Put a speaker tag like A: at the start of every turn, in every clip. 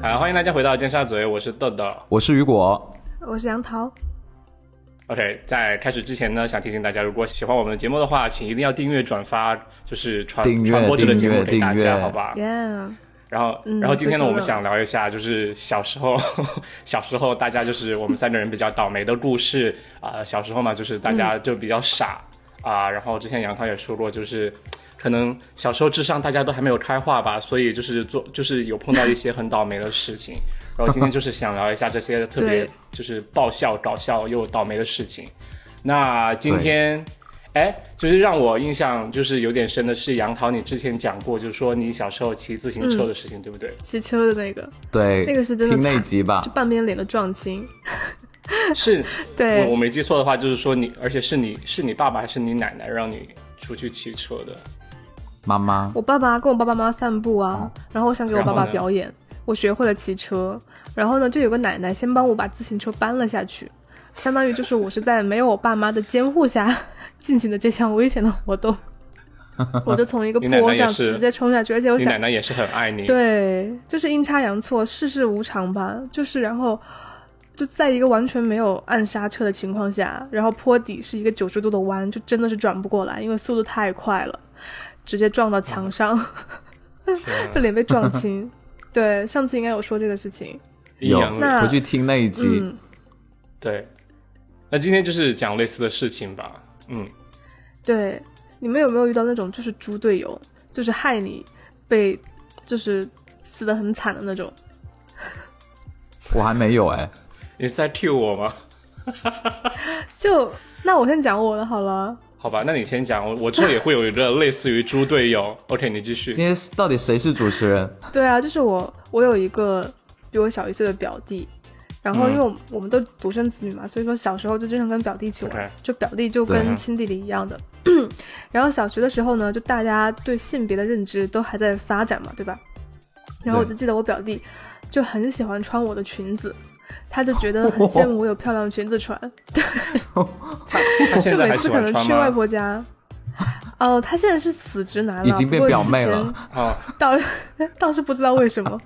A: 好，欢迎大家回到尖沙咀，我是豆豆。
B: 我是雨果，
C: 我是杨桃，
A: OK，在开始之前呢，想提醒大家，如果喜欢我们的节目的话，请一定要订阅、转发，就是传
B: 订阅
A: 传播这个节目给
B: 订阅
A: 大
B: 订
A: 家，
B: 阅
A: 好吧？
C: 耶！
A: 然后，
C: 嗯
A: 然后今天呢，
C: 不错的
A: 我们想聊一下，就是小时候， 小时候大家就是我们三个人比较倒霉的故事啊、小时候嘛，就是大家
C: 嗯
A: 就比较傻啊、然后之前杨涛也说过，就是可能小时候智商大家都还没有开化吧，所以就是做就是有碰到一些很倒霉的事情。然后今天就是想聊一下这些特别
C: 对
A: 就是爆笑、搞笑又倒霉的事情。那今天，哎，就是让我印象就是有点深的是杨桃，你之前讲过，就是说你小时候骑自行车的事情， 对不对？
C: 骑车的那个，
B: 对，
C: 那个是真的
B: 听
C: 惨
B: 那集吧
C: 就，半边脸的撞青。
A: 是，我我
C: 对，
A: 没记错的话，就是说你，而且是你是你爸爸还是你奶奶让你出去骑车的？
B: 妈妈
C: 我爸爸跟我爸爸妈妈散步啊，然后我想给我
A: 哦
C: 爸
A: 然后
C: 爸
A: 呢
C: 表演，我学会了骑车，然后呢，就有个奶奶先帮我把自行车搬了下去，相当于就是我是在没有我爸妈的监护下 进行的这项危险的活 动。我就从一个
A: 你奶奶
C: 坡上
A: 也是
C: 直接冲下去，而且我
A: 你
C: 想
A: 奶奶也是很爱你，
C: 对，就是阴差阳错，世事无常吧。就是然后就在一个完全没有按刹车的情况下，然后坡底是一个九十度的弯，就真的是转不过来，因为速度太快了，直接撞到墙上，
A: 天啊
C: 这脸被撞青。对，上次应该有说这个事情。
A: 阴
B: 有
A: 阳
C: 那
B: 回去听那一集，
C: 嗯，
A: 对。那今天就是讲类似的事情吧，嗯，
C: 对，你们有没有遇到那种就是猪队友，就是害你被就是死的很惨的那种？
B: 我还没有哎，
A: 你是在 cue 我吗？
C: 就那我先讲我的好了。
A: 好吧，那你先讲，我我之后也会有一个类似于猪队友。OK，你继 续。
B: 今天是到底谁是主持人？
C: 对啊，就是我，我有一个比我小一岁的表弟，然后
A: 嗯
C: 因为我们,、我们都独生子女嘛，所以说小时候就经常跟表弟一起玩
A: OK 啊
C: 就表弟就
B: 对
C: 跟亲弟弟一样的。然后小学的时候呢，就大家对性别的认知都还在发展嘛，对吧？然后我
B: 对
C: 就记得我表弟就很喜欢穿我的裙子，他就觉得很羡慕我有漂亮的裙子 穿。
A: 他他现
C: 就
A: 在
C: 每
A: 还
C: 次
A: 喜
C: 可
A: 欢
C: 能
A: 穿
C: 去外
A: 吗？
C: 婆家，哦，他现在是死直男了，
B: 已经变
C: 不过
B: 表妹
C: 之前
B: 了
A: 哦，
C: 倒 倒是不知道为什么。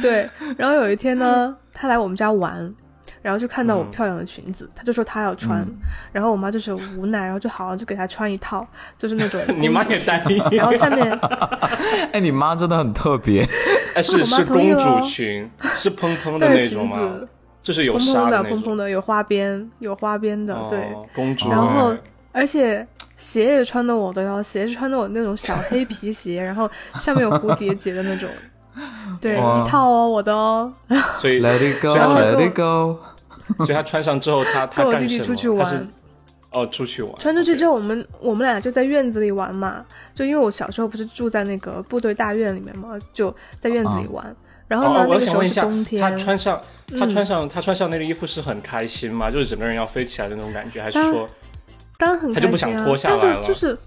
C: 对，然后有一天呢，他来我们家玩，然后就看到我
A: 嗯
C: 漂亮的裙子，他就说他要穿，然后我妈就是无奈，然后就好像就给他穿一套，就是那种
A: 你妈也单一，
C: 然后下面
B: 哎，你妈真的很特别，
A: 哎，是
C: 我妈
A: 是
C: 同意
A: 公
C: 了哦
A: 主 裙，是蓬蓬的
C: 对
A: 那
C: 裙
A: 种吗
C: 子？
A: 就是有
C: 蓬
A: 纱
C: 蓬的
A: 那
C: 蓬蓬
A: 种。
C: 的，有花边有花边的，对，
A: 哦，公主。
C: 然后
A: 哎
C: 而且鞋也穿的我的哟，鞋是穿的我那种小黑皮鞋，然后上面有蝴蝶结的那种。 对，
B: 哇
C: 一套哦，我的哦，
A: 所以
B: Let it
A: 然后
B: go，Let it go。
A: 所以她穿上之后， 她她
C: 跟我
A: 干
C: 弟弟
A: 什
C: 出
A: 么
C: 去
A: 她
C: 玩，
A: 是哦，出去玩。
C: 穿出去之
A: 后，
C: 后，我们我们俩就在院子里玩嘛。就因为我小时候不是住在那个部队大院里面嘛，就在院子里玩。然后呢，
A: 哦，
C: 那
A: 我
C: 个时
A: 想
C: 候
A: 问一
C: 是
A: 下
C: 冬，天嗯
A: 她，穿上她穿上她穿上那个衣服是很开心吗？就是整个人要飞起来的那种感觉，还是
C: 当
A: 说
C: 当然很
A: 他
C: 开心啊。
A: 就不想脱下来
C: 但
A: 了
C: 是就是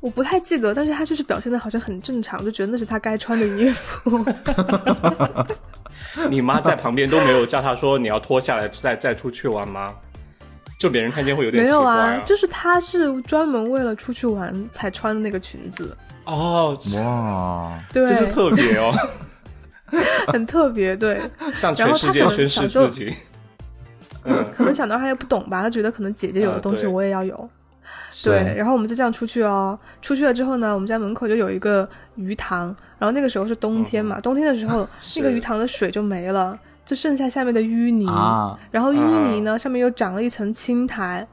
C: 我不太记得，但是他就是表现的好像很正常，就觉得那是他该穿的衣服。
A: 你妈在旁边都没有叫她说你要脱下来再再出去玩吗？就别人看见 会有点
C: 没
A: 奇
C: 有
A: 怪
C: 啊，就是他是专门为了出去玩才穿的那个裙子，
A: 哦，
B: 哇，
C: 对，
A: 这是特别哦，
C: 很特别，对。
A: 向全世界宣示自己。 嗯，
C: 可能小男孩也不懂吧，他觉得可能姐姐有的
A: 嗯
C: 东西
A: 对
C: 我也要有。
B: 对
C: 对，然后我们就这样出去哦。出去了之后呢，我们家门口就有一个鱼塘，然后那个时候是冬天嘛， 冬天的时候那个
A: 是
C: 鱼塘的水就没了，就剩下下面的淤泥。
B: 啊，
C: 然后淤泥呢、上面又长了一层青苔，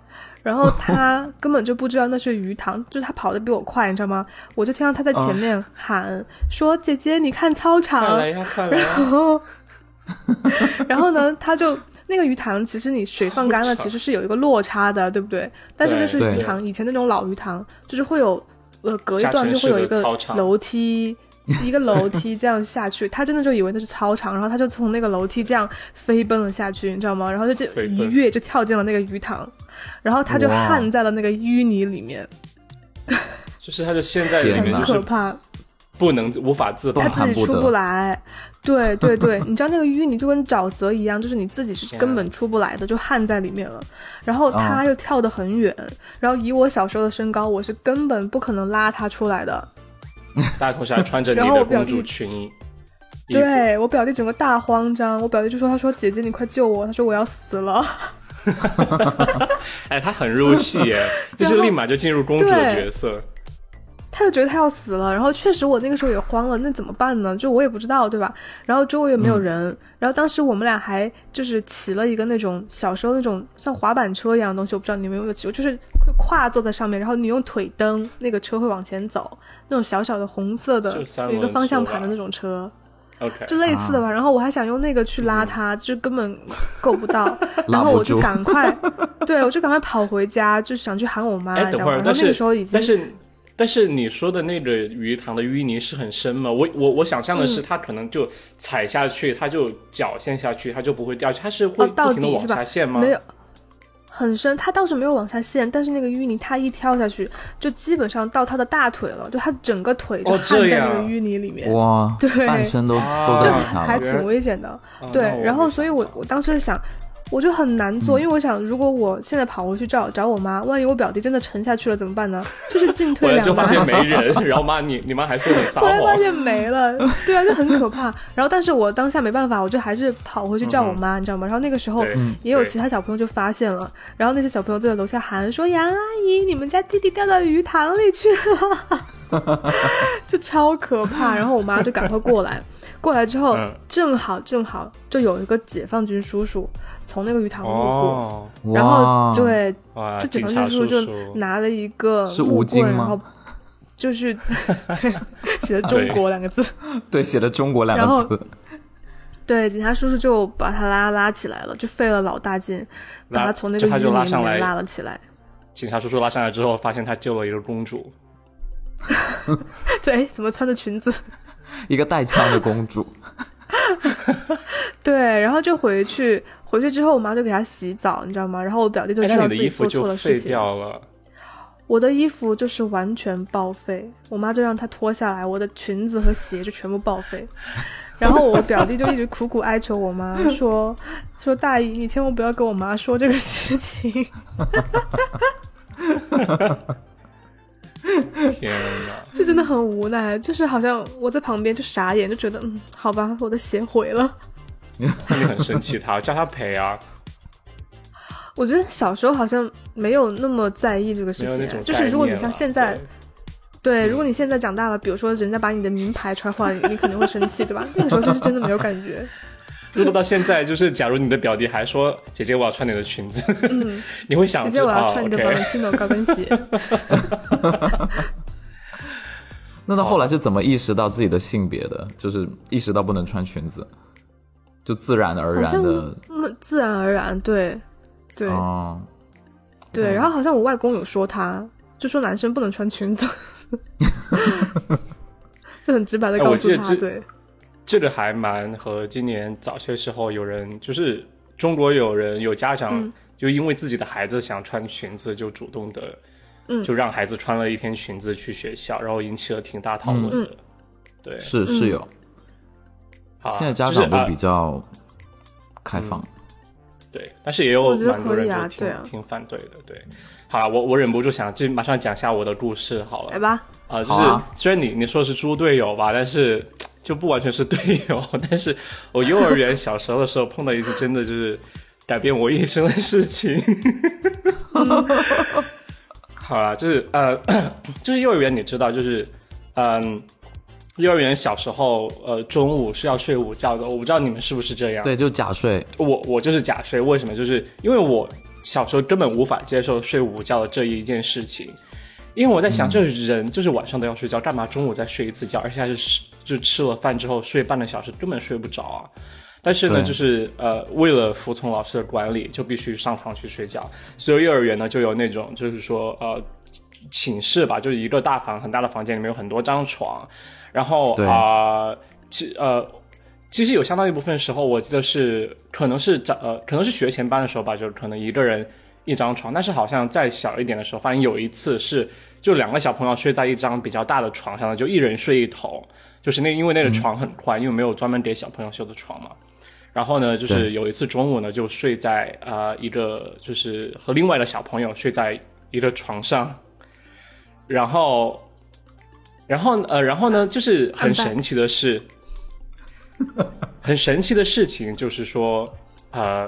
C: 然后他根本就不知道那是鱼塘，就是他跑得比我快，你知道吗？我就听到他在前面喊、说：“姐姐，你看操
A: 快
C: 场。
A: 来”呀，快来呀！
C: 然后，哦 然后呢，他就那个鱼塘，其实你水放干 了，其实是有一个落差的，对不对？但是就是
B: 对
C: 鱼塘，以前那种老鱼塘，就是会有呃隔一
A: 下
C: 段
A: 沉
C: 就会有
A: 式
C: 一
A: 的
C: 个
A: 操场
C: 楼梯。一个楼梯这样下去， 他真的就以为那是操场，然后他就从那个楼梯这样飞奔了下去，你知道吗？然后就这
A: 飞奔
C: 一跃就跳进了那个鱼塘，然后他就
B: 哇
C: 焊在了那个淤泥里面，
A: 就是他就陷在里
B: 天
A: 面，
B: 哪
C: 很
A: 就
C: 可
A: 是
C: 怕。
A: 不能无法自拔
C: 他
B: 动。
C: 自
B: 弹
C: 己
B: 不
C: 出
B: 得
C: 不来。对对对，你知道那个淤泥就跟沼泽一样，就是你自己是
A: 天
C: 根
A: 啊
C: 本出不来的，就焊在里面了。然后
B: 啊，
C: 他又跳得很远，然后以我小时候的身高，我是根本不可能拉他出来的。
A: 大头侠穿着你
C: 然后
A: 的
C: 我表
A: 公
C: 弟
A: 主裙，衣服
C: 对我表弟整个大慌张，我表弟就说：“他说姐姐你快救我，他说我要死了。
A: 哎，他很入戏 耶，就是立马就进入公主的角色。”
C: 他就觉得他要死了，然后确实我那个时候也慌了，那怎么办呢？就我也不知道，对吧？然后周围也
A: 嗯
C: 没有人，然后当时我们俩还就是骑了一个那种小时候那种像滑板车一样的东西，我不知道你们有没有骑过，就是会跨坐在上面，然后你用腿蹬，那个车会往前走，那种小小的红色的
A: 就三
C: 有一个
A: 轮
C: 方向
A: 车吧啊
C: 盘的那种车，
A: OK，
C: 就类似的吧。然后我还想用那个去
A: 嗯
C: 拉他，就根本够不 到然
B: 拉
C: 后
B: 不
C: 我就
B: 住
C: 赶快，对我就赶快跑回家，就想去喊我妈，
A: 哎，
C: 你知
A: 等
C: 道
A: 会儿，
C: 吗？然后
A: 但
C: 那
A: 是
C: 个时候已经
A: 但是但是你说的那个鱼塘的淤泥是很深吗？我我我想象
C: 嗯
A: 的是，它可能就踩下去，它就脚陷下去，它就不会掉，它是会
C: 哦到
A: 不停的
C: 底
A: 往
C: 是吧
A: 下陷吗？
C: 没有，很深，它倒是没有往下陷，但是那个淤泥它一跳下去，就基本上到他的大腿了，就他整个腿
A: 哦
C: 就焊
A: 这
C: 在那个
A: 样
C: 淤泥里面，
B: 哇，
C: 对
B: 半身都
A: 啊
B: 都
C: 就
B: 在
A: 很
B: 地上
C: 还
B: 了，
C: 挺危险的。
A: 哦
C: 对
A: 那我，
C: 然后
A: 没
C: 所以
A: 想
C: 我
A: 到嗯
C: 我当时就想，我就很难做，因为我想，如果我现在跑回去找找我妈，万一我表弟真的沉下去了怎么办呢？就是进
A: 回
C: 退
A: 来
C: 两
A: 就发
C: 难。
A: 现没人， 然后妈你你妈还说你 撒
C: 后来发
A: 谎，
C: 现没了，对啊，就很可怕。然后，但是我当下没办法，我就还是跑回去叫我妈，你知道吗？然后那个时候
A: 嗯对
C: 也有
A: 对
C: 其他小朋友就发现了，然后那些小朋友就在楼下喊说：“杨阿姨，你们家弟弟掉到鱼塘里去了。” 就超可 怕。然后我妈就赶快过来，过来之后
A: 嗯
C: 正好正好就有一个解放军叔叔从那个鱼塘路过，
A: 哦，
B: 哇
C: 然后，对，
A: 哇，
C: 就解
A: 警
C: 放
A: 察
C: 军
A: 叔
C: 叔就
A: 叔，
C: 拿了一个
B: 是
C: 木
B: 吴京
C: 棍，然
B: 吗
C: 后就是 对写的“中国”两个字。
B: 对写了中国两
C: 然后
B: 个字，
C: 对，警察叔叔就把他拉拉起来了，就费了老大劲，把
A: 拉
C: 他从那
A: 就
C: 个
A: 他
C: 淤
A: 就
C: 泥
A: 拉
C: 里
A: 上来
C: 面拉了起来。
A: 警察叔叔拉上来之后，发现他救了一个公主，
C: 对，怎么穿着裙子？
B: 一个带枪的公主，
C: 对，然后就回去，回去之后我妈就给他洗澡，你知道吗？然后我表弟就
A: 哎，
C: 知
A: 那
C: 道
A: 你
C: 自
A: 的
C: 己
A: 衣
C: 做
A: 服
C: 错
A: 就
C: 了事
A: 废
C: 情。
A: 掉了，
C: 我的衣服就是完全报废，我妈就让他脱下来，我的裙子和鞋就全部报废。 然后我表弟就一直苦苦哀求我妈说：“说大姨，你千万不要跟我妈说这个事情。
A: 天哪！”
C: 就真的很无奈，就是好像我在旁边就傻眼，就觉得嗯，好吧，我的鞋毁了。
A: 那你很生气他，叫他赔 啊，
C: 我觉得小时候好像没有那么在意这个事
A: 没有那
C: 情
A: 种，
C: 就是如果你
A: 概念
C: 像
A: 了
C: 现在
A: 对，嗯
C: 对，如果你现在长大了，比如说人家把你的名牌穿坏 了，你你可能会生气，对吧？那个时候就是真的没有感 觉。
A: 如果到现在，就是假如你的表弟还说“姐姐，我要穿你的裙子”， 你会想
C: 嗯姐
A: 知
C: 姐，我要
A: 道
C: 穿你的
A: OK，
C: Valentino 高跟鞋。
B: 那他后来是怎么意识到自己的性别的？就是意识到不能穿裙子，就自然而
C: 好
B: 然
C: 像
B: 的，
C: 嗯，自然而然，对，对、
B: 哦，
C: 对。
A: 嗯
C: 然后好像我外公有说他，就说男生不能穿裙子， 就很直白的
A: 哎我
C: 告诉
A: 记得
C: 他，
A: 这
C: 对，
A: 这个还蛮和今年早些时候有人，就是中国有人有家长
C: 嗯
A: 就因为自己的孩子想穿裙子，就主动的，
C: 嗯
A: 就让孩子穿了一天裙子去学校，然后引起了挺大讨论的。对，
B: 是是
C: 嗯
B: 有。
A: 好啊
B: 现在家
A: 就是
B: 长都
A: 啊嗯
B: 比较开放，
A: 对，但是也有
C: 我觉得
A: 蛮多
C: 可
A: 人
C: 以
A: 就挺、
C: 啊对啊
A: 挺反对的。对，好啊，我我忍不住想，这马上讲下我的故事好了
C: 来。吧，
A: 啊、就
B: 好
A: 是、
B: 啊
A: 虽然你你说是猪队友吧，但是就不完全是队友。 但是我幼儿园小时候的时候碰到一次真的就是改变我一生的事情。 好啊，就是呃， 就是幼儿园你知道，就是嗯、幼儿园小时候呃中午是要睡午觉的，我不知道你们是不是这样。
B: 对，就假睡，
A: 我我就是假睡，为什么？就是因为我小时候根本无法接受睡午觉的这一件事情，因为我在想，这人就是晚上都要睡觉，干嘛中午再睡一次觉？而且还是吃就吃了饭之后睡半个小时，根本睡不着啊。但是呢，
B: 对
A: 就是呃，为了服从老师的管理，就必须上床去睡觉。所以幼儿园呢，就有那种就是说呃，寝室吧，就是一个大房很大的房间，里面有很多张床，然后
B: 对
A: 啊、呃其呃，其实有相当一部分时候，我记得是可能是早呃，可能是学前班的时候吧，就可能一个人一张床，但是好像再小一点的时候，发现有一次是就两个小朋友睡在一张比较大的床上的，就一人睡一头，就是那因为那
B: 嗯
A: 个床很宽，因为没有专门给小朋友修的床嘛。然后呢，就是
B: 对
A: 有一次中午呢，就睡在呃一个就是和另外的小朋友睡在一个床上，然后，然后呃，然后呢，就是很
C: 很棒
A: 神奇的是，很神奇的事情就是说，呃，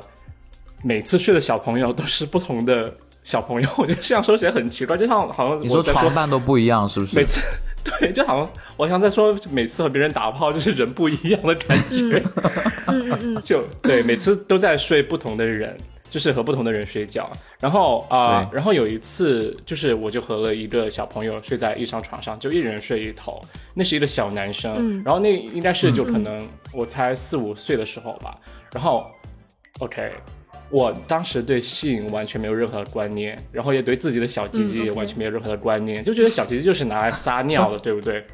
A: 每次睡的小朋友都是不同的小朋友，我觉得这样说起来很奇怪，就像好像
B: 你
A: 我
B: 说
A: 在
B: 床伴都不一样是不
A: 每
B: 是？
A: 次 对，就好像我想在说每次和别人打炮就是人不一样的感觉，
C: 嗯嗯嗯，
A: 就对，每次都在睡不同的人，就是和不同的人睡觉。然后啊、
B: 对
A: 然后有一次就是我就和了一个小朋友睡在一张床上，就一人睡一头。那是一个小男生，
C: 嗯
A: 然后那应该是就可能我才四五岁的时候吧。然后，OK，我当时对性完全没有任何观念，然后也对自己的小鸡鸡
C: 嗯，OK
A: 完全没有任何的观念，就觉得小鸡鸡就是拿来撒尿的，对不 对？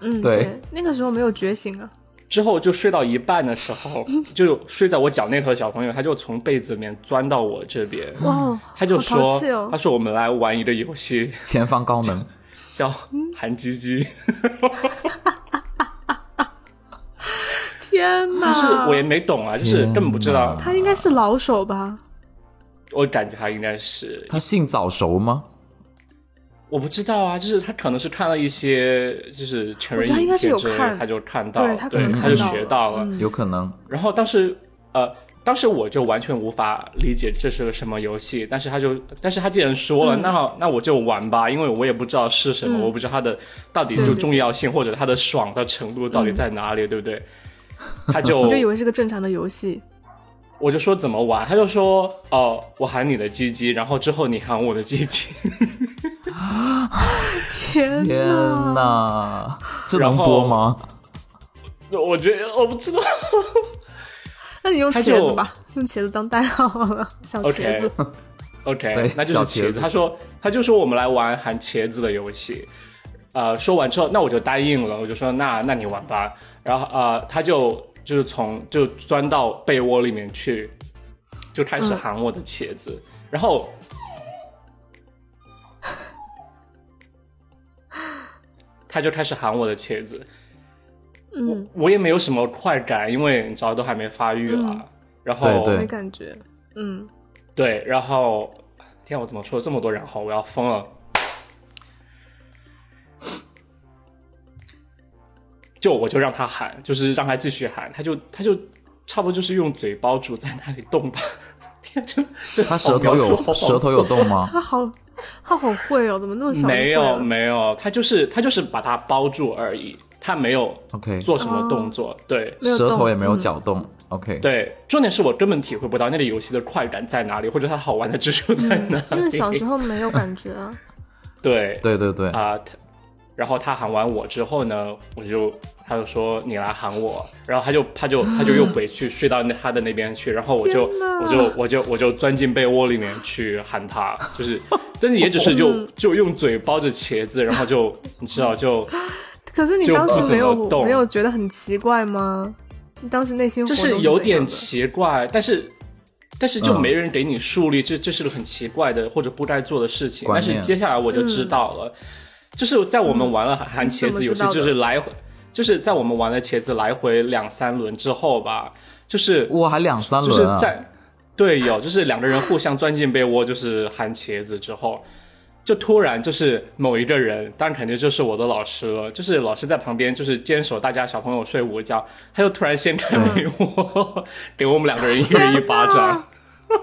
C: 嗯，
B: 对
C: 对，那个时候没有觉醒啊，
A: 之后就睡到一半的时候，就睡在我脚那头的小朋友，他就从被子里面钻到我这边，
C: 哇哦，
A: 他就
C: 好淘
A: 说
C: 气：“哦
A: 他，说我们来玩一个游戏，
B: 前方高能，
A: 叫含鸡鸡。
C: 天哪！
A: 但是我也没懂啊，就是根本不知道
B: 天。
C: 他应该是老手吧？
A: 我感觉他应该是
B: 他性早熟吗？
A: 我不知道啊，就是他可能是看了一些就是成人
C: 我觉得他应
A: 影
C: 该是
A: 片
C: 有
A: 之类的，
C: 看
A: 他就看到了，
C: 他可
A: 对，
C: 能
A: 他
C: 看
A: 就
C: 到
A: 学到了。
C: 嗯
B: 有可能，
A: 然后当时呃，当时我就完全无法理解这是个什么游戏，但是他就，但是他既然说了，那好那我就玩吧，因为我也不知道是什么，
C: 嗯
A: 我不知道它的到底
C: 对
A: 就
C: 对嗯
A: 重要性或者它的爽的程度到底在哪里，对不对？他就
C: 我就以为是个正常的游戏，
A: 我就说怎么玩，他就说哦、我喊你的鸡鸡，然后之后你喊我的鸡鸡，
C: 天
B: 天
C: 哪！
B: 哪，这
A: 然
B: 能
A: 后
B: 播吗？
A: 我觉得哦我不知道。
C: 那你用
A: 他
C: 茄
A: 就
C: 子吧，用茄子当代号好了， 小茄
A: OK
C: 子。
A: OK，
B: 对
A: 那就是茄
B: 小茄
A: 子。
B: 子
A: 他说，他就说我们来玩含茄子的游戏。呃，说完之后，那我就答应了，我就说那那你玩吧。然后呃，他就就是从就钻到被窝里面去，就开始
C: 嗯
A: 喊我的茄子。然后 他就开始喊我的茄子，
C: 嗯，
A: 我也没有什么快感，因为你知道都还没发育啦。
C: 嗯
A: 然后
B: 对
C: 没感觉。嗯，
A: 对，然后天啊，我怎么说了这么多然后？我要疯了。就我就让他喊，就是让他继续喊，他就他就差不多就是用嘴包住在那里动吧。天啊，这这
B: 他
A: 好
B: 舌
A: 描
B: 头
A: 述好
B: 有
A: 讽
B: 舌头有
A: 刺
B: 动吗？
C: 他好，他好会哦，怎么那么小就会
A: 没有
C: 了？
A: 没有，他就是他就是把它包住而已，他没有
B: OK
A: 做什么动作。对
C: 没有
B: 舌头
C: 动
B: 也没有
C: 嗯
B: 搅动。OK，
A: 对，重点是我根本体会不到那个游戏的快感在哪里，或者它好玩的之处在哪里。
C: 嗯因为小时候没有感觉 啊。
A: 对
B: 对对对，
A: 啊、他然后他喊完我之后呢，我就他就说你来喊我，然后他就他就他就 又回去睡到那他的那边去，然后我就
C: 天哪
A: 我就我就我就钻进被窝里面去喊他，就是，但是也只是
C: 嗯
A: 就就用嘴包着茄子，然后就你知道就
C: 可是你
A: 就
C: 当
A: 不
C: 时
A: 怎
C: 没有
A: 么动
C: 没有觉得很奇怪吗？你当时内心
A: 就
C: 活动
A: 是
C: 是
A: 有
C: 怎样
A: 点
C: 的
A: 奇怪，但是。但是就
B: 嗯
A: 没人给你树立这这是个很奇怪的或者不该做的事情。
B: 观
A: 但是
B: 念
A: 接下来我就知道了，就是在我们玩了含茄子游戏，
C: 嗯你是怎么知道的
A: 就是来回，就是在我们玩了茄子来回两三轮之后吧，就是
B: 哇，还两三
A: 就是
B: 轮啊！
A: 在对有就是两个人互相钻进被窝，就是含茄子之后，就突然就是某一个人，当然肯定就是我的老师了，就是老师在旁边就是坚守大家小朋友睡午觉，他就突然掀开被 窝， 给我们两个人一人一巴掌，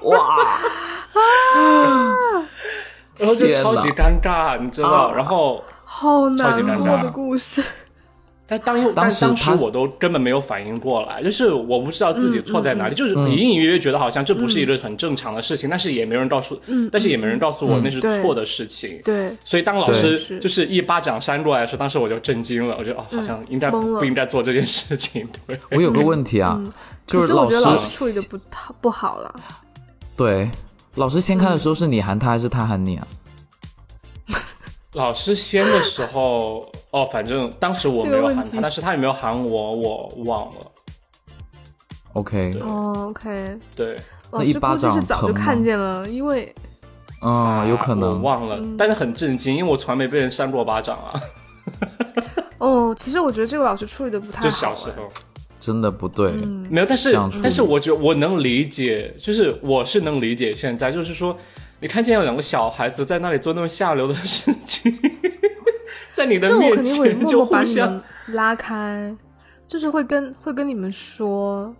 B: 哇，
A: 然后就
B: 天
A: 超级
B: 哪
A: 尴尬，你知道？
B: 啊
A: 然后
C: 好
A: 超级
C: 难
A: 尴
C: 过
A: 尬
C: 的故事。
A: 但当但
B: 当时
A: 当时
B: 他
A: 我都根本没有反应过来，就是我不知道自己错在哪里，就是
B: 嗯
A: 隐隐约约觉得好像这不是一个很正常的事情，但是也没人告诉，
C: 嗯
A: 但是也没人告诉我
B: 嗯
A: 那是
C: 对
A: 错的事情。
C: 对，
A: 所以当老
C: 对
A: 师
C: 是嗯
A: 就是一巴掌扇过来的时候，当时我就震惊了，我觉得哦，好像应该
C: 懵了
A: 不应该做这件事情。 对，
B: 我有个问题啊，就
C: 嗯
B: 是
C: 可是我
B: 老
C: 觉得老师
B: 师
C: 处理的不太不好了。
B: 对老师掀开的时候是你喊他还是他喊你啊？
A: 老师先的时候，哦，反正当时我没有喊
C: 这个问
A: 他，
C: 题
A: 但是他也没有喊我，我忘了。
B: OK，
A: 对
C: 哦，OK，
A: 对，
C: 老
B: 一
C: 师
B: 巴
C: 估计是
B: 掌
C: 早就
B: 疼吗
C: 看见了，因为
B: 嗯，
C: 啊
B: 有可
A: 我
B: 能。
A: 忘了，
C: 嗯
A: 但是很震惊，因为我从来没被人扇过巴掌啊，
C: 哦，其实我觉得这个老师处理的不太好。
A: 就小时
C: 啊
A: 候。
B: 真的不对，
C: 嗯
A: 没有，但是
B: 这样处理
A: 但是我觉得我能理解，就是我是能理解现在，就是说，你看见有两个小孩子在那里做那种下流的事情，在你的
C: 这我
A: 面
C: 肯定会
A: 前
C: 默
A: 就
C: 默把
A: 互
C: 你
A: 相
C: 们拉开，就是会跟会跟你们说，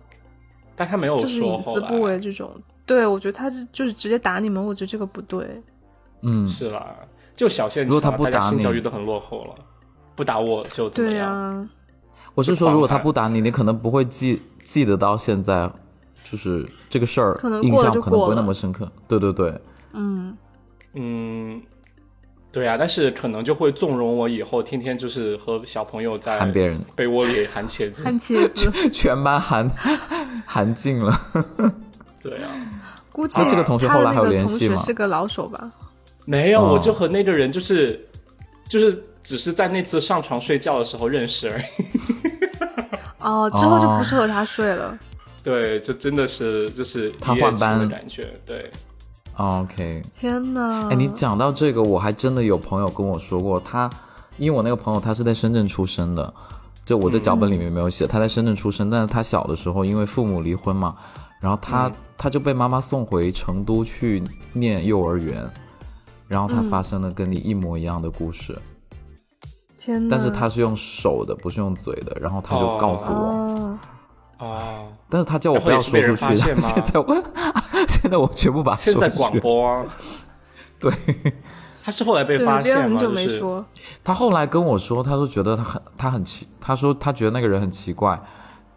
A: 但他没有
C: 就
A: 哦
C: 是
A: 说
C: 隐
A: 后
C: 私
A: 来
C: 部位这种。对，我觉得他是就是直接打你们，我觉得这个不对。
B: 嗯，
A: 是啦，就小县
B: 如
A: 城
B: 果
A: 啊，
B: 他不
A: 大家
B: 打
A: 性教
B: 你
A: 育都很落后了，不打我就怎么
C: 对
A: 样？
C: 啊，
B: 我是说，
A: 就
B: 如果他
A: 狂拍
B: 不打你，你可能不会记记得到现在，就是这个事儿
C: 可能
B: 印
C: 过了
B: 象
C: 就
B: 可能不
C: 过
B: 会那
C: 了
B: 么深刻。对对对，
C: 嗯，
A: 嗯，对啊，但是可能就会纵容我以后天天就是和小朋友
C: 哎
A: 在
B: 喊别人，
A: 被窝里喊茄子。
C: 看茄子，
B: 全班含含尽了。
A: 对啊，
C: 估计
B: 那这个同学
C: 他
B: 后
C: 的
B: 来
C: 那
B: 还有
C: 个
B: 联
C: 同
B: 系
C: 学
B: 吗
C: 是个老手吧？
A: 没有，
B: 哦
A: 我就和那个人就是就是只是在那次上床睡觉的时候认识而已。
C: 哦，之后就
B: 哦
C: 不是和他睡了。
A: 对，就真的是就是
B: 他
A: 一夜
B: 换
A: 情的
B: 班
A: 感觉。对，
B: 啊 OK，
C: 天哪！
B: 哎，你
A: 嗯
B: 讲到这个，我还真的有朋友跟我说过，他因为我那个朋友他是在深圳出生的，就我的脚
A: 嗯
B: 本里面没有写，他在深圳出生，但是他小的时候因为父母离婚嘛，然后他、
A: 嗯
B: 他就被妈妈送回成都去念幼儿园，然后他
A: 嗯
B: 发生了跟你一模一样的故事，
A: 嗯
C: 天哪！
B: 但是他是用手的，不是用嘴的，然后他就告诉我，
C: 哦，
A: 哦，
B: 但是他叫我不要说出去，
A: 然后也是被人
B: 然
A: 发
B: 后
A: 现吗
B: 现在我 现在我全部把它
A: 现
B: 说
A: 在
B: 出
A: 广
B: 去
A: 播啊，
B: 对。
A: 他是后来被
C: 对，
A: 发
C: 别
A: 现
C: 人很
A: 吗？
C: 久
A: 就
C: 没
A: 是
C: 说。
B: 他后来跟我说，他说觉得他很他很奇，他说他觉得那个人很奇怪，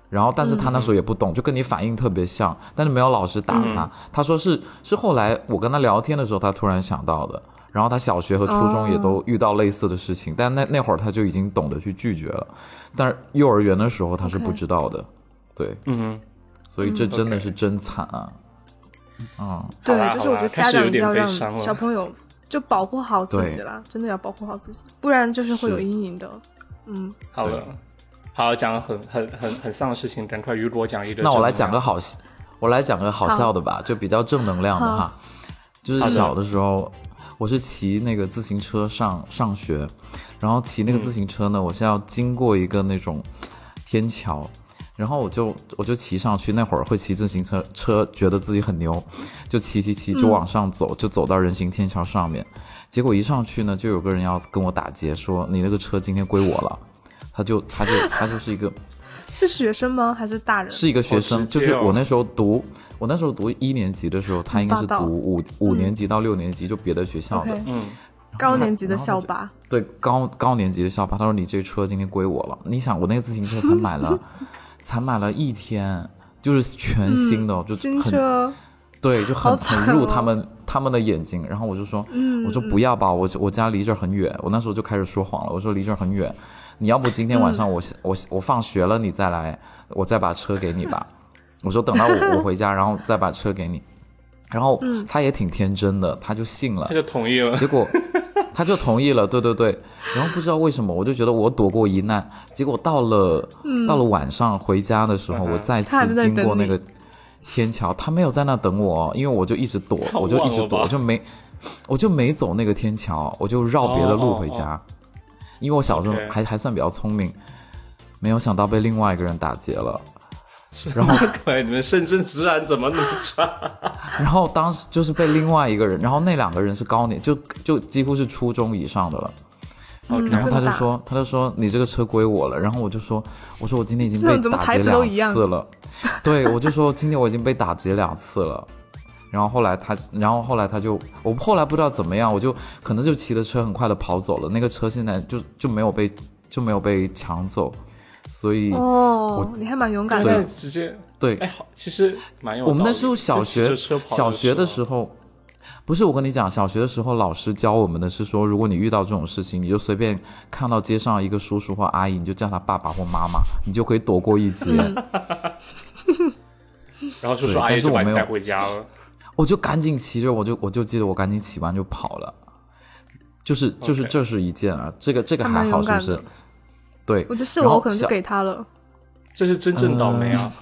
B: 然后但是他那时
A: 嗯
B: 候也不懂，就跟你反应特别像，但是没有老师打他。他说是是后来我跟他聊天的时候，他突然想到的。然后他小学和初中也
A: 哦
B: 都遇到类似的事情，但那那会儿他就已经懂得去拒绝了，但是幼儿园的时候他是
C: OK
B: 不知道的对，
A: 嗯，
B: 所以这真的
A: OK
B: 是真惨啊！嗯，
A: 好
C: 对
A: 啦，
C: 就是我觉得
A: 好啦
C: 家长
A: 开
C: 一
A: 始
C: 定
A: 有点
C: 要
A: 悲
C: 让
A: 伤了
C: 小朋友就保护好自己啦，真的要保护好自己，不然就是会有
B: 是
C: 阴影的。嗯，
A: 好了，好讲了很很很很丧的事情，赶快雨果讲一个。
B: 那我来讲个，好，我来讲个好笑的吧，就比较正能量的哈。就是小的时候，我是骑那个自行车上上学，然后骑那个自
A: 嗯
B: 行车呢，我是要经过一个那种天桥，然后我就我就骑上去，那会儿会骑自行车车，觉得自己很牛，就骑骑骑就往上走，就走到人行天桥上面，结果一上去呢，就有个人要跟我打劫，说你那个车今天归我了，他就他就他就是一个。
C: 是学生吗？还是大人？
B: 是一个学
A: 好
B: 生，
A: 直
B: 就
A: 接哦
B: 是我那时候读，我那时候读一年级的时候，他应该是
C: 霸道嗯
B: 读五五年级到六年级，就别的学校
C: OK，
B: 的，
A: 嗯，
C: 高年级的校霸，
B: 对高高年级的校霸。他说你这车今天归我了。你想我那个自行车才买 了，才买了一天，就是全新的哦，就
C: 新
B: 很
C: 车
B: 对，就
C: 好
B: 很
C: 惨
B: 很入
C: 哦嗯
B: 他们他们的眼睛。然后我就说，我说不要吧，我我家离这儿很远。我那时候就开始说谎了，我说离这儿很远，你要不今天晚上
C: 嗯
B: 我、我我放学了你再来，我再把车给你吧。我说等到我我回家，然后再把车给你。然后
C: 嗯
B: 他也挺天真的，他就信了
A: 他。就同意了。
B: 结果他就同意了，对对对。然后不知道为什么，我就觉得我躲过一难。结果到了、到了晚上回家的时候，
A: 嗯哼
B: 我再
C: 他还
B: 次
C: 在
B: 经过
C: 等你
B: 那个天桥，他没有在那等我，因为我就一直躲，
A: 他
B: 我就一
A: 忘
B: 直
A: 了
B: 躲，
A: 吧
B: 我就没我就没走那个天桥，我就绕别的路回家。因为我小时候
A: 哦 OK
B: 还还算比较聪明，没有想到被另外一个人打劫了。
A: 然 后，对，你们深圳治安怎么那么 差？
B: 然后当时就是被另外一个人，然后那两个人是高年，就就几乎是初中以上的了。
C: 嗯，
B: 然后他
C: 这么
B: 就
C: 大
B: 说，他就说你这个车归我了。然后我就说，我说我今天已经
C: 这
B: 被
C: 种怎么
B: 打
C: 牌
B: 劫
C: 子都一
B: 两
C: 样
B: 次了，对我就说今天我已经被打劫两次了。然后后来他，然后后来他就，我后来不知道怎么样，我就可能就骑着车很快的跑走了。那个车现在就就没有被就没有被抢走，所以、
C: 哦，你还蛮勇敢
A: 那
C: 的。
A: 直接，
B: 对
A: 哎，好，其实蛮有道理的。
B: 我们那时候小
A: 就
B: 学
A: 骑着车跑
B: 小学的
A: 时
B: 时候，不是我跟你讲，小学的时候老师教我们的是说，如果你遇到这种事情，你就随便看到街上一个叔叔或阿姨，你就叫他爸爸或妈妈，你就可以躲过一劫。
C: 嗯
A: 候，然后叔叔
B: 对
A: 阿
B: 但
A: 姨
B: 是
A: 就
B: 我
A: 把你
B: 没有
A: 带回家了。
B: 我就赶紧骑着，我就我就记得我赶紧骑完就跑了。就是就是
A: OK
B: 这是一件啊，这个这个
C: 还蛮
B: 还好
C: 勇
B: 是不
C: 敢
B: 是
C: 的？
B: 对，
C: 我觉得是
B: 然
C: 我，
B: 后
C: 我可能就
B: 小
C: 给他了。
A: 这是真正倒霉啊！
B: 嗯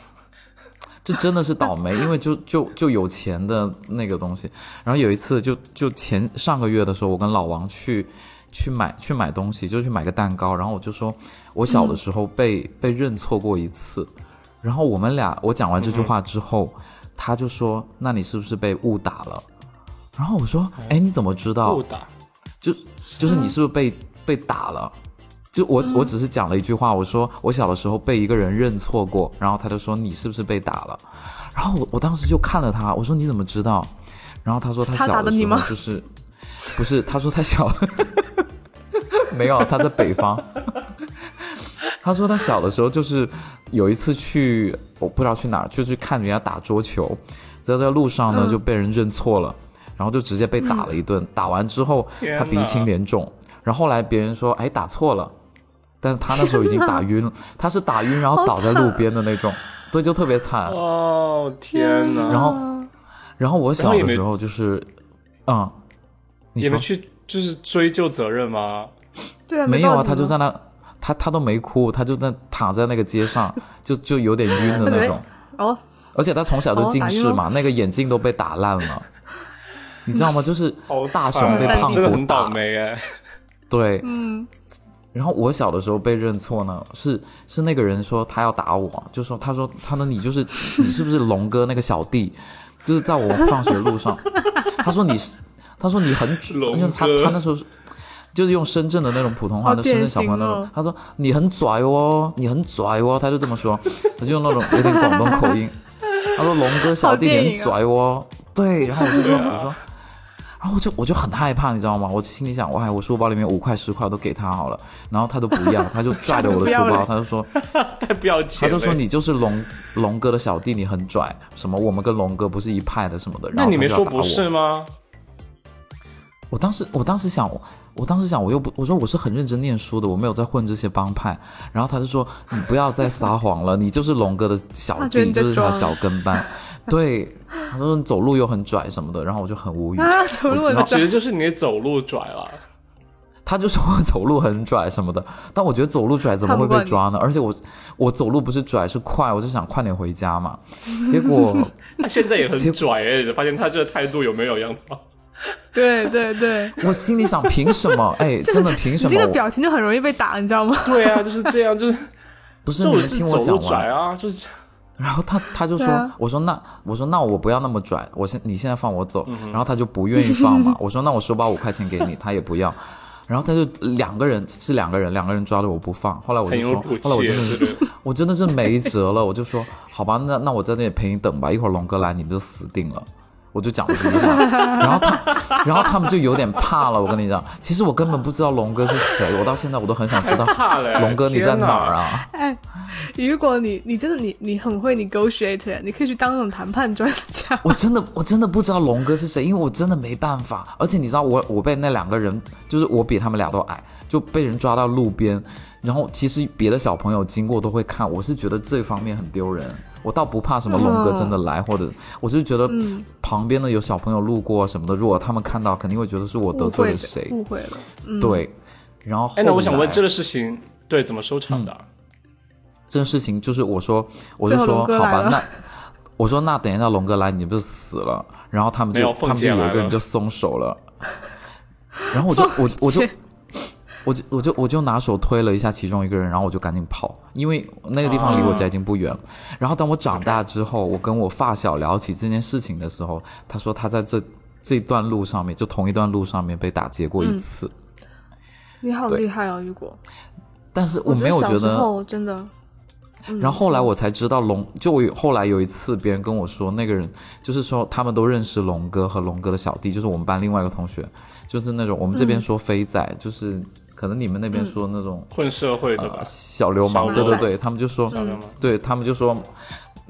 B: 这真的是倒霉，因为就就就有钱的那个东西。然后有一次就就前上个月的时候，我跟老王去去买去买东西，就去买个蛋糕。然后我就说，我小
C: 嗯
B: 的时候被、被认错过一次。然后我们俩我讲完这句话之后，他就说：“那你是不是被误打了？”然后我说：“哎，你怎么知道
A: 误？打，
C: 嗯
B: 就就是你是不是被被打了？”就我我只是讲了一句话，我说我小的时候被一个人认错过，然后他就说你是不是被打了？然后我我当时就看了他，我说你怎么知道？然后他说
C: 他
B: 小
C: 打的
B: 的
C: 你
B: 时候
C: 吗
B: 就是不是他说他小 没有他在北方， 他说他小的时候就是有一次去我不知道去哪儿，就去看人家打桌球，在在路上呢
C: 嗯
B: 就被人认错了，然后就直接被打了一顿，打完之后
A: 天
B: 他鼻青
A: 哪
B: 脸肿，然后后来别人说哎打错了。但是他那时候已经打晕了，他是打晕然后
C: 好
B: 倒在路
C: 惨
B: 边的那种，对，就特别惨。
A: 哦天哪！
B: 然后
C: 嗯
B: 然后我小
A: 也
B: 的
A: 没
B: 时候就是，嗯，你
A: 你
B: 说
A: 们去就是追究责任吗？
C: 对啊，
B: 没有啊？他就
C: 在
B: 在那，他他都没哭，他就在躺在那个街上，就就有点晕的那种。
C: 哦，
B: 而且他从小就
C: 哦
B: 近
C: 打晕
B: 视
C: 了
B: 嘛，那个眼镜都被打烂了，你知道吗？就是
A: 好惨
B: 大
A: 啊
B: 熊被胖
A: 真的
B: 虎
A: 很倒
B: 打，
A: 霉哎。
B: 对。
C: 嗯，
B: 然后我小的时候被认错呢，是是那个人说他要打我，就说他说他说你就是你是不是龙哥那个小弟，就是在我放学路 上，他说你是他说你很拽，
A: 龙
B: 因为他
A: 哥
B: 他那时候是就是用深圳的那种普通话，
C: 好
B: 就深圳小朋友那
C: 典
B: 种
C: 型哦，
B: 他说你很拽哦，你很拽哦，他就这么说，他就用那种有点广东口 音，他说龙哥小弟
C: 好电
B: 你
C: 影
B: 很拽哦，对，然后我就说我说。然后我就我就很害怕，你知道吗？我心里想，哇，我书包里面五块十块我都给他好了，然后他都不要，他就拽着我的
A: 不
B: 书
A: 要
B: 包，
A: 脸
B: 他就说，
A: 太 不要
B: 他
A: 钱了！
B: 就说你就是龙龙哥的小弟，你很拽，什么我们跟龙哥不是一派的什么的。然
A: 那
B: 后
A: 你
B: 他
A: 没
B: 就要
A: 说
B: 打
A: 不
B: 我
A: 是吗？
B: 我当时，我当时想，我当时想，我又不，我说我是很认真念书的，我没有在混这些帮派。然后他就说，你不要再撒谎了，你 就是龙哥的小
C: 他觉得
B: 弟，
C: 你在
B: 就是他的
C: 装
B: 小跟班。对，他说你走路又很拽什么的，然后我就很无语。
C: 啊，走路
B: 我
C: 很
B: 然后
A: 其
C: 拽
A: 实就是你走路拽了。
B: 他就说我走路很拽什么的，但我觉得走路拽怎么会被抓呢？而且我我走路不是拽是快，我就想快点回家嘛。结果
A: 他现在也很
B: 结
A: 拽哎，你发现他这个态度有没有让他？
C: 对对对，
B: 我心里想，凭什么？ 哎，真的凭
C: 你
B: 什么
C: 这个
B: 我？
C: 表情就很容易被打，你知道吗？
A: 对啊，就是这样，就是
B: 不是你
A: 就
B: 们
A: 是
B: 听
A: 走
B: 我
A: 路
B: 讲
A: 拽
B: 完，
A: 啊，就是
B: 然后他他就说，
C: 对啊
B: 我说那我说那我不要那么拽，我现你现在放我走，然后他就不愿意放嘛。 我说那我手把五块钱给你，他也不要。然后他就两个人是两个人，两个人抓着我不放。后来我
A: 很
B: 就
A: 有
B: 说
A: 骨，
B: 后来我
A: 气，
B: 真的
A: 这
B: 是
A: 个
B: 我真的是没辙了，我就说好吧，那那我在那里陪你等吧，一会儿龙哥来你们就死定了。我就讲了这句话，然后他，然后他们就有点怕了。我跟你讲，其实我根本不知道龙哥是谁，我到现在我都很想知道
A: 怕嘞！
B: 龙哥你在
A: 天
B: 哪儿
A: 啊？
B: 啊？
C: 哎，如果你你真的你你很会 negotiate，你可以去当那种谈判专家。
B: 我真的我真的不知道龙哥是谁，因为我真的没办法。而且你知道我我被那两个人，就是我比他们俩都矮，就被人抓到路边。然后其实别的小朋友经过都会看，我是觉得这方面很丢人。我倒不怕什么龙哥真的来，或者我是觉得
C: 嗯
B: 旁边的有小朋友路过什么的，如果他们看到，肯定会觉得是 我得
C: 误
B: 罪
C: 会
B: 了谁。
C: 误嗯会了。
B: 对，然后后
A: 哎，那我想问
B: 来
A: 这个事情对怎么收场的啊？
B: 这件事情就是我说，我就
C: 最后
B: 说
C: 龙哥
B: 好吧
C: 来，了
B: 那我说那等一下龙哥来你不是死了，然后他们
A: 没
B: 就
A: 有
B: 他
A: 凤
B: 们就
A: 姐
B: 有一
A: 来
B: 个人
A: 了
B: 就松手了， 然后我就我我就我就我就我就拿手推了一下其中一个人，然后我就赶紧跑，因为那个地方离我家已经不远了。然后当我长大之后，我跟我发小聊起这件事情的时候，他说他在这这段路上面，就同一段路上面被打劫过
C: 嗯
B: 一次，
C: 你好
B: 对
C: 厉害哦，雨果。
B: 但是我没有觉
C: 小时
B: 得
C: 候真的，
B: 然后后来我才知道龙，就我有后来有一次别人跟我说，那个人就是说他们都认识龙哥和龙哥的小弟，就是我们班另外一个同学，就是那种我们这边说飞仔，就是可能你们那边说那种、
A: 混社会对吧
B: 呃？小流氓，
A: 小
B: 对
A: 流
B: 对
A: 氓
B: 对，他们就说，
A: 小流氓
B: 对他们就说。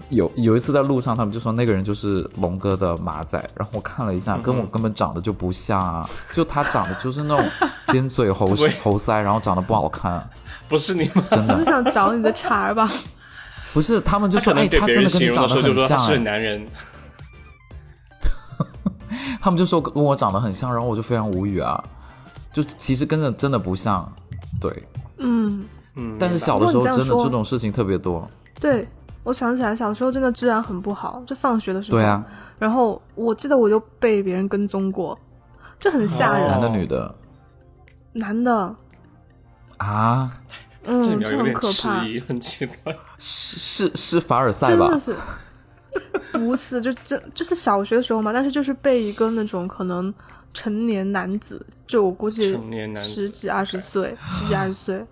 B: 有有一次在路上，他们就说那个人就是龙哥的马仔，然后我看了一
A: 嗯
B: 下，跟我根本长得就不像啊，就他长得就 是那种尖嘴猴
A: 对
B: 猴腮，然后长得不好看，啊
A: 不是你吗？
B: 真
C: 只
B: 的
C: 是想找你的茬儿吧。
B: 不是他们就
A: 他
B: 说
A: 可
B: 哎，
A: 能给
B: 他
A: 别
B: 真
A: 人
B: 的跟
A: 形
B: 你
A: 容
B: 长
A: 的
B: 得
A: 时候就说
B: 很
A: 他
B: 像、
A: 是
B: 哎
A: 个，男人，
B: 他们就说跟我长得很像，然后我就非常无语啊，就其实跟着真的不像，对。
C: 嗯，
A: 嗯，
B: 但是小的时
C: 如
B: 候
C: 果你这
B: 哎真
C: 样
B: 的
C: 说
B: 这种事情特别多，
C: 对，我想起来，小时候真的治安很不好，就放学的时候。
B: 对啊，
C: 然后我记得我就被别人跟踪过，这很吓人。
A: 哦
B: 男的女的
C: 男的，
B: 啊，
A: 这里
C: 嗯，
A: 面
C: 这
A: 有
C: 很
A: 点
C: 可
A: 迟
C: 怕，
A: 疑，很奇怪。
B: 是是是凡尔赛
C: 真
B: 吧？
C: 的是。不是，就真就是小学的时候嘛，但是就是被一个那种可能成年男子，就我估计
A: 成年男子哦
C: 十几二十岁，十几二十岁，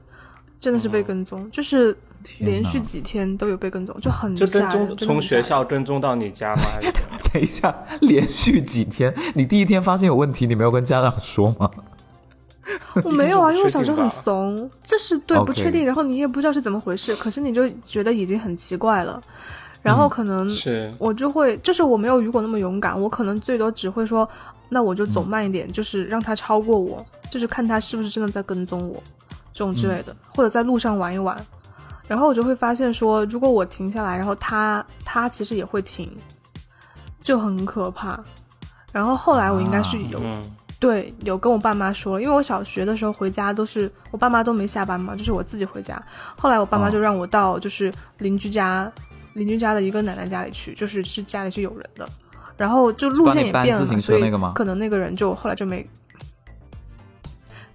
C: 真的是被跟踪，就是连续几天都有被跟踪，就很
A: 就跟
C: 吓人
A: 踪从学校跟踪到你家吗？还是怎么样？
B: 等一下，连续几天，你第一天发现有问题，你没有跟家长说 吗？
C: 我没有啊，因为我小时候很
A: 已经
C: 怂，就是对
B: OK
C: 不确定，然后你也不知道是怎么回事，可是你就觉得已经很奇怪了，然后 可能
A: 是
C: 我就会，就是我没有雨果那么勇敢，我可能最多只会说，那我就走慢一点，就是让他超过我，就是看他是不是真的在跟踪我，这种之类的，或者在路上玩一玩，然后我就会发现说，如果我停下来，然后他他其实也会停，就很可怕。然后后来我应该是有
A: 嗯
C: 对，有跟我爸妈说，因为我小学的时候回家都是我爸妈都没下班嘛，就是我自己回家。后来我爸妈就让我到就是邻居家，邻居家的一个奶奶家里去，就是是家里是有人的，然后就路线也
B: 帮你
C: 变
B: 搬
C: 了
B: 自行
C: 嘛，所
B: 车
C: 以
B: 那个吗
C: 可能那个人就后来就没，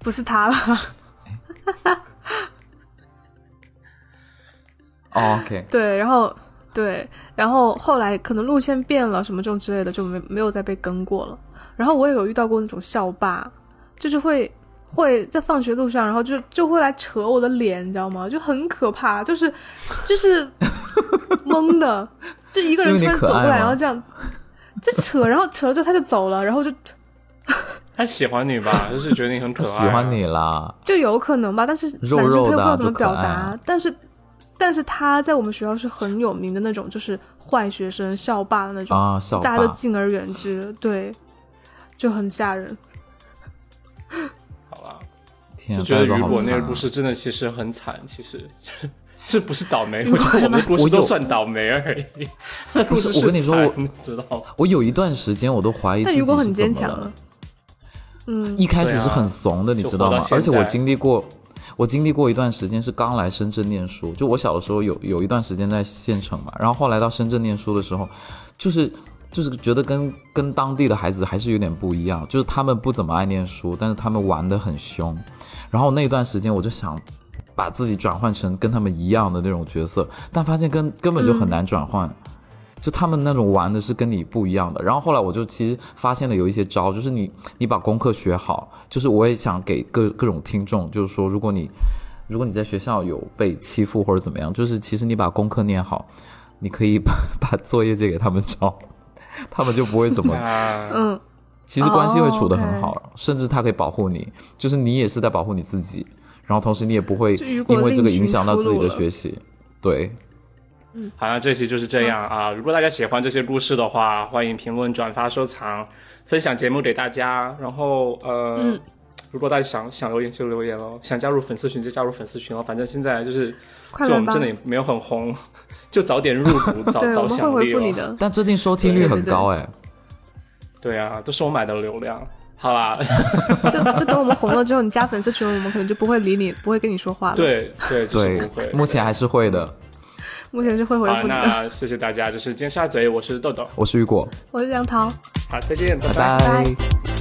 C: 不是他了，
B: 哦，OK，
C: 对，然后对，然后后来可能路线变了什么这种之类的，就没没有再被跟过了。然后我也有遇到过那种校霸，就是会会在放学路上，然后就就会来扯我的脸，你知道吗？就很可怕，就是就是懵的，就一个
B: 是因
C: 人
B: 为你
C: 突然
B: 可
C: 走过
B: 爱
C: 来，然
B: 吗
C: 后这样就扯，然后扯了之后他就走了，然后就
A: 他喜欢你吧？就是觉得你很可
B: 他
A: 爱啊，
B: 喜欢你啦。
C: 就有可能吧，但是
B: 肉
C: 男生
B: 肉
C: 他又不
B: 的
C: 知
B: 啊
C: 道怎么
B: 就可
C: 表
B: 爱
C: 达，
B: 啊
C: 但是但是他在我们学校是很有名的那种，就是坏学生、校霸的那种，
B: 啊，校
C: 大
B: 霸
C: 家都敬而远之，对，就很吓人。
A: 好吧？
B: 天啊，
A: 就觉得
B: 大家
A: 雨
B: 都好
A: 果那个
B: 惨啊
A: 故事真的其实很惨，其实这不是倒 霉，
C: 雨
A: 我
C: 果
A: 觉得我们的故
B: 我
A: 事
B: 有
A: 都算倒霉而已。那故事
B: 不是我跟你说
A: 是
B: 我
A: 惨你知道吗？
B: 我有一段时间我都怀疑自
C: 但
B: 己
C: 雨果很
B: 是怎
C: 坚
B: 么
C: 强
B: 了
C: 啊。嗯，
B: 一开始
A: 对啊
B: 是很怂的，你
A: 就
B: 知道
A: 活
B: 吗
A: 到？现
B: 而且我
A: 在
B: 经历过，我经历过一段时间是刚来深圳念书，就我小的时候有有一段时间在县城嘛，然后后来到深圳念书的时候，就是就是觉得跟跟当地的孩子还是有点不一样，就是他们不怎么爱念书，但是他们玩的很凶，然后那段时间我就想。把自己转换成跟他们一样的那种角色，但发现根根本就很难转换，就他们那种玩的是跟你不一样的。然后后来我就其实发现了有一些招，就是你你把功课学好，就是我也想给各各种听众，就是说如果你如果你在学校有被欺负或者怎么样，就是其实你把功课念好，你可以把 把作业借给他们抄，他们就不会怎么
A: 啊，
C: 嗯，
B: 其实关系会处得
C: 哦
B: 很
C: ，OK
B: 好甚至它可以保护你，就是你也是在保护你自己，然后同时你也不会
C: 就雨果
B: 因为这个
C: 另寻
B: 影响到
C: 出
B: 自己
C: 路
B: 的
C: 了
B: 学习。对，
A: 好了，这期就是这样啊。如果大家喜欢这些故事的话，欢迎评论、转发、收藏、分享节目给大家。然后呃，
C: 嗯
A: 如果大家想想留言就留言喽，想加入粉丝群就加入粉丝群哦。反正现在就是
C: 快
A: 就我
C: 来
A: 们
C: 吧，
A: 真的也没有很红，就早点入 股，早
C: 对，我
A: 早
C: 们会
A: 享
C: 回
A: 利
C: 复
A: 哦。
C: 你 的。
B: 但最近收听率
C: 对对
B: 很
C: 对
B: 高哎、
A: 对啊，都是我买的流量。好啦，
C: 就就等我们红了之后，你加粉丝群，我们可能就不会理你，不会跟你说话了。，
A: 对对，就是不会
B: 对，。目前还是会的。
C: 目前是会回
A: 好，
C: 复你 的。
A: 那谢谢大家，就是尖沙咀，我是豆豆，
B: 我是雨果，
C: 我是杨桃。
A: 好，再见，
B: 拜
A: 拜
B: 拜